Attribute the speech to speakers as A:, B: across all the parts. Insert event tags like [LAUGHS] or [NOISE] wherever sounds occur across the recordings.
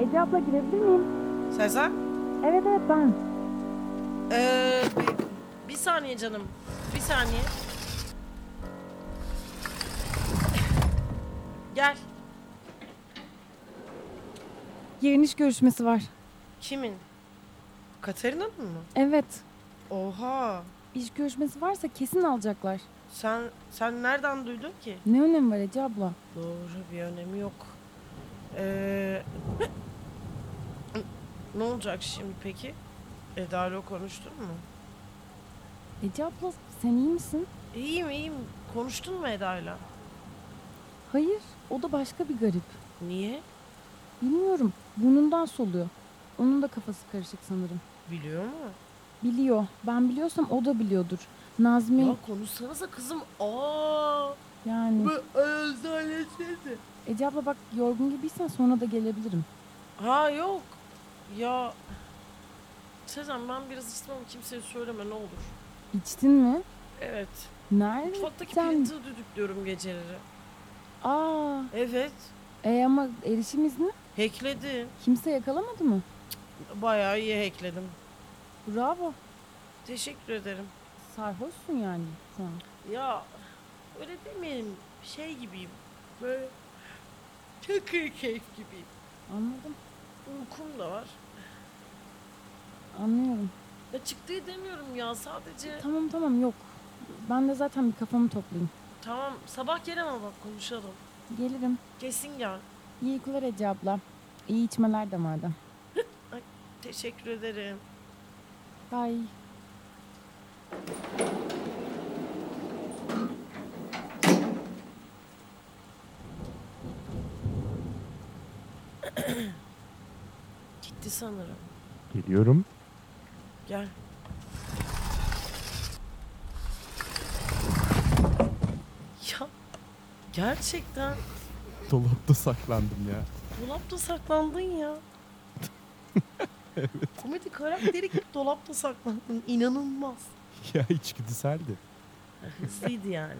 A: Ece abla girebilir miyim?
B: Sezen?
A: Evet evet ben.
B: Ee, bir saniye canım. Bir saniye. Gel.
A: Yarın iş görüşmesi var.
B: Kimin? Katarina'nın mı?
A: Evet.
B: Oha.
A: İş görüşmesi varsa kesin alacaklar.
B: Sen sen nereden duydun ki?
A: Ne önemi var Ece abla?
B: Doğru bir önemi yok. Ee, ne olacak şimdi peki? Eda'yla konuştun mu?
A: Ece abla sen iyi misin?
B: İyiyim iyiyim. Konuştun mu Eda'yla?
A: Hayır. O da başka bir garip.
B: Niye?
A: Bilmiyorum. Burnundan soluyor. Onun da kafası karışık sanırım.
B: Biliyor mu?
A: Biliyor. Ben biliyorsam o da biliyordur. Nazmi
B: Ya konuşsanıza kızım. Aa,
A: yani.
B: bu özelleşirdi.
A: Ece abla bak yorgun gibiysen sonra da gelebilirim.
B: Ha yok. Ya Sezen ben biraz istemem kimseye söyleme ne olur.
A: İçtin mi?
B: Evet.
A: Nerede?
B: Mutfaktaki
A: Sen-
B: pirinci düdüklüyorum geceleri.
A: Aa,
B: Evet.
A: e ama erişim izni
B: Hackledim.
A: kimse yakalamadı mı?
B: Bayağı iyi hackledim.
A: Bravo.
B: Teşekkür ederim.
A: Sarhoşsun yani şu an.
B: Ya öyle demeyelim. Şey gibiyim. Böyle çakır keyif gibiyim.
A: Anladım.
B: Uykum da var.
A: Anlıyorum.
B: Ya çıktığı demiyorum ya sadece.
A: Tamam tamam yok. Ben de zaten bir kafamı toplayayım.
B: Tamam sabah gel ama bak konuşalım.
A: Gelirim.
B: Kesin gel.
A: İyi uykular Ece abla. İyi içmeler de madem.
B: Teşekkür ederim.
A: Bye.
B: Gitti sanırım.
C: Geliyorum.
B: Gel. Ya gerçekten
C: Dolapta saklandım ya. [LAUGHS]
B: dolapta saklandın ya. Komedi karakteri gibi dolapta saklandın. İnanılmaz.
C: ya içgüdüseldi.
B: Hızlıydı yani.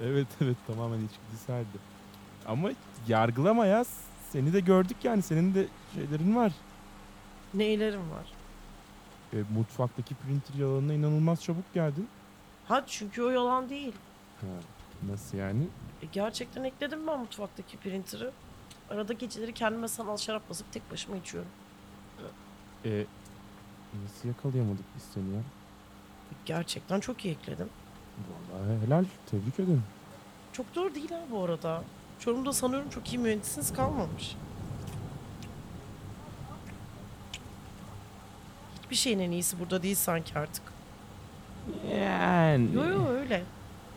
C: Evet evet tamamen içgüdüseldi. Ama yargılama ya. Seni de gördük yani. Senin de şeylerin var.
B: Neylerim var?
C: E, mutfaktaki printer yalanına inanılmaz çabuk geldin.
B: Ha çünkü o yalan değil.
C: Ha, nasıl yani?
B: E, gerçekten ekledim ben mutfaktaki printer'ı. Arada geceleri kendime sanal şarap basıp tek başıma içiyorum.
C: E, nasıl yakalayamadık biz seni ya?
B: E, Gerçekten çok iyi ekledim.
C: Vallahi helal. Tebrik ederim.
B: Çok doğru değil ha bu arada. Çorum'da sanıyorum çok iyi mühendisiniz kalmamış. Hiçbir şeyin en iyisi burada değil sanki artık.
C: Yani.
B: Yo yo öyle.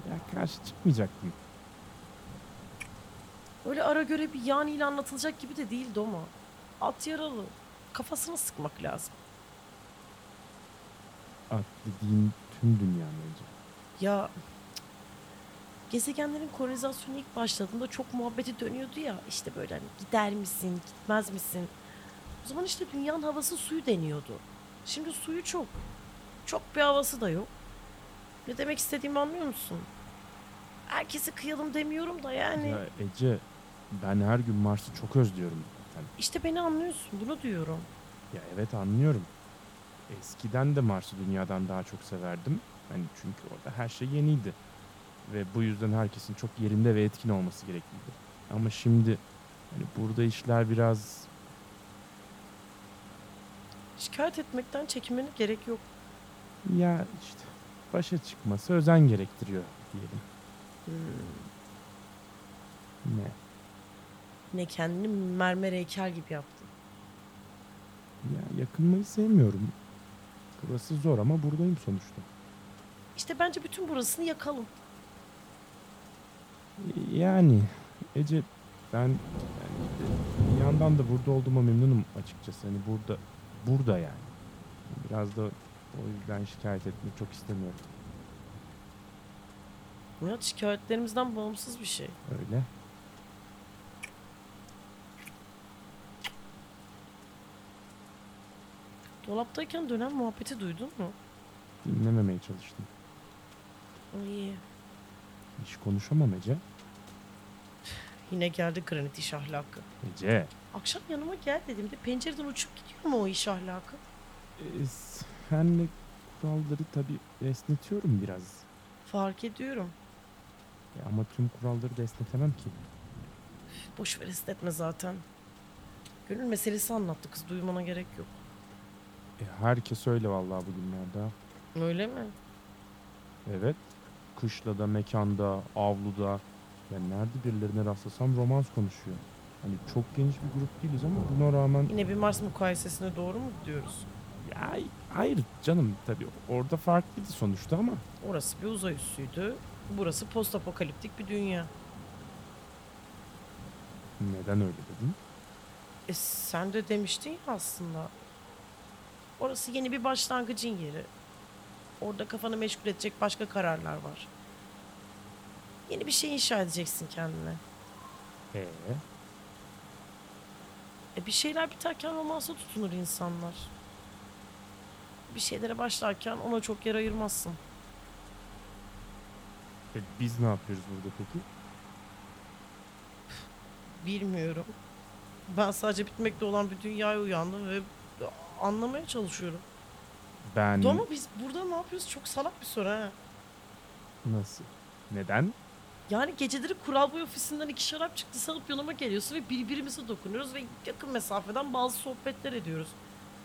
C: Ya karşı çıkmayacaktım.
B: Öyle ara göre bir yan ile anlatılacak gibi de değil Doma. At yaralı. Kafasını sıkmak lazım.
C: At Ah, dediğin tüm dünya bence.
B: Ya cık. gezegenlerin kolonizasyonu ilk başladığında çok muhabbeti dönüyordu ya. İşte böyle hani gider misin, gitmez misin? O zaman işte dünyanın havası suyu deniyordu. Şimdi suyu çok. Çok bir havası da yok. Ne demek istediğimi anlıyor musun? Herkesi kıyalım demiyorum da yani.
C: Ya Ece ben her gün Mars'ı çok özlüyorum. Yani
B: İşte beni anlıyorsun bunu diyorum.
C: Ya evet anlıyorum. Eskiden de Mars'ı dünyadan daha çok severdim. Hani çünkü orada her şey yeniydi. Ve bu yüzden herkesin çok yerinde ve etkin olması gerekliydi. Ama şimdi hani burada işler biraz
B: Şikayet etmekten çekinmene gerek yok.
C: ya işte başa çıkması özen gerektiriyor diyelim.
B: Hmm,
C: Ne?
B: Ne kendini mermer heykel gibi yaptın.
C: Ya yakınmayı sevmiyorum. Burası zor ama buradayım sonuçta.
B: İşte bence bütün burasını yakalım.
C: Yani Ece ben yani bir yandan da burada olduğuma memnunum açıkçası. Hani burada burada yani. Biraz da o yüzden şikayet etmek çok istemiyorum.
B: Ya şikayetlerimizden bağımsız bir şey.
C: Öyle.
B: Dolaptayken dönen muhabbeti duydun mu?
C: Dinlememeye çalıştım.
B: Ay
C: Hiç konuşamam Ece.
B: Yine geldi granit iş ahlakı.
C: Ece.
B: Akşam yanıma gel dediğimde pencereden uçup gidiyor mu o iş ahlakı?
C: e, senle kuralları tabii esnetiyorum biraz.
B: Fark ediyorum.
C: E, ama tüm kuralları da esnetemem ki.
B: Boş ver hissetme zaten. Gönül meselesi anlattı kız duymana gerek yok.
C: E, herkes öyle vallahi bugünlerde.
B: Öyle mi?
C: Evet. Kışla da, mekanda, avluda. Ben nerede birilerine rastlasam romans konuşuyor. Hani çok geniş bir grup değiliz ama buna rağmen...
B: Yine bir Mars mukayesesine doğru mu diyoruz?
C: Ya, hayır canım tabii orada farklıydı sonuçta ama...
B: Orası bir uzay üssüydü. Burası post apokaliptik bir dünya.
C: Neden öyle dedin?
B: E sen de demiştin ya aslında. Orası yeni bir başlangıcın yeri. Orada kafanı meşgul edecek başka kararlar var. Yeni bir şey inşa edeceksin kendine.
C: Ee,
B: E bir şeyler biterken romansa tutunur insanlar. Bir şeylere başlarken ona çok yer ayırmazsın.
C: e, biz ne yapıyoruz burada peki?
B: Bilmiyorum. Ben sadece bitmekte olan bir dünyaya uyandım ve anlamaya çalışıyorum.
C: Ben...
B: Ama biz burada ne yapıyoruz? Çok salak bir soru ha.
C: Nasıl? Neden?
B: Yani geceleri Kural Boy ofisinden iki şarap çıktı salıp yanıma geliyorsun ve birbirimize dokunuyoruz ve yakın mesafeden bazı sohbetler ediyoruz.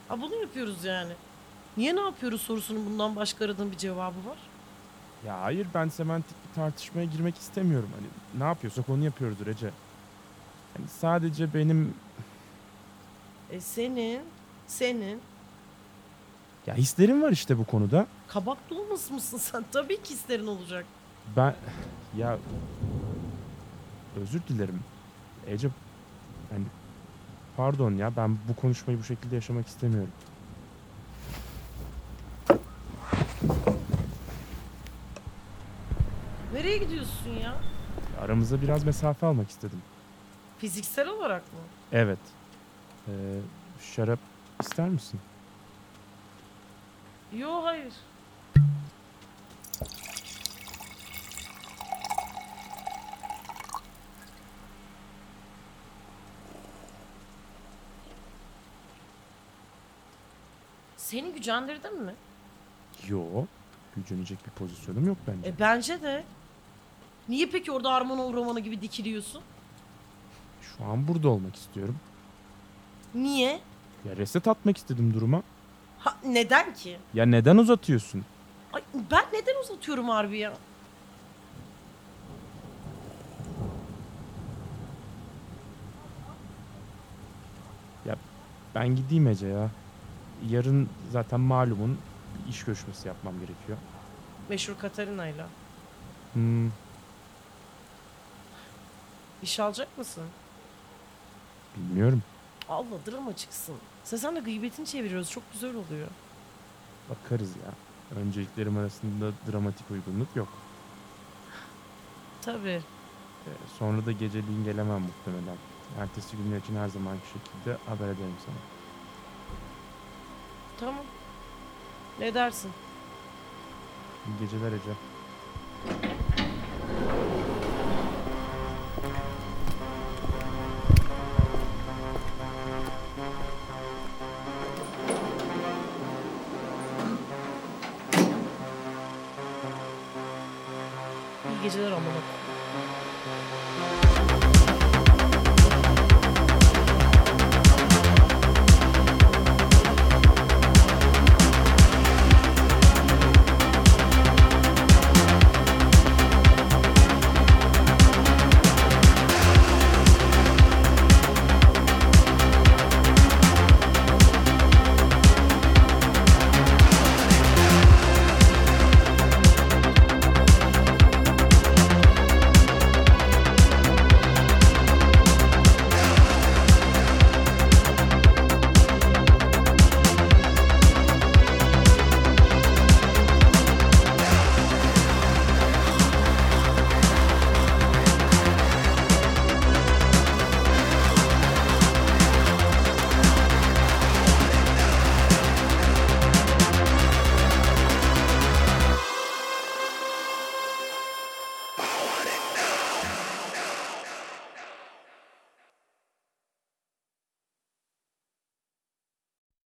B: Ha bunu yapıyoruz yani. Niye ne yapıyoruz sorusunun bundan başka aradığın bir cevabı var.
C: Ya hayır ben semantik bir tartışmaya girmek istemiyorum. Hani ne yapıyorsak onu yapıyoruz Ece. Hani sadece benim
B: E senin, senin
C: ya hislerim var işte bu konuda.
B: kabak dolması mısın sen? [LAUGHS] Tabii ki isterin olacak.
C: Ben ya özür dilerim. Ece yani pardon ya ben bu konuşmayı bu şekilde yaşamak istemiyorum.
B: Nereye gidiyorsun ya?
C: Aramıza biraz mesafe almak istedim.
B: Fiziksel olarak mı?
C: Evet. Ee, şarap ister misin?
B: Yo hayır. Seni gücendirdim mi?
C: Yo. Gücenecek bir pozisyonum yok bence.
B: E bence de. Niye peki orada Armanov romanı gibi dikiliyorsun?
C: Şu an burada olmak istiyorum.
B: Niye?
C: Ya reset atmak istedim duruma.
B: Ha, neden ki?
C: Ya neden uzatıyorsun?
B: Ay, ben neden uzatıyorum harbi ya?
C: Ben gideyim Ece ya. Yarın zaten malumun bir iş görüşmesi yapmam gerekiyor.
B: Meşhur Katarina'yla.
C: Hmm,
B: İş alacak mısın?
C: bilmiyorum.
B: Allah drama çıksın. Sezen'le gıybetini çeviriyoruz. Çok güzel oluyor.
C: Bakarız ya. Önceliklerim arasında dramatik uygunluk yok.
B: Tabii.
C: Ee, sonra da geceliğin gelemem muhtemelen. Ertesi günler için her zamanki şekilde haber ederim sana.
B: Tamam. Ne dersin?
C: İyi geceler Ece.
B: İyi geceler amına. koyayım.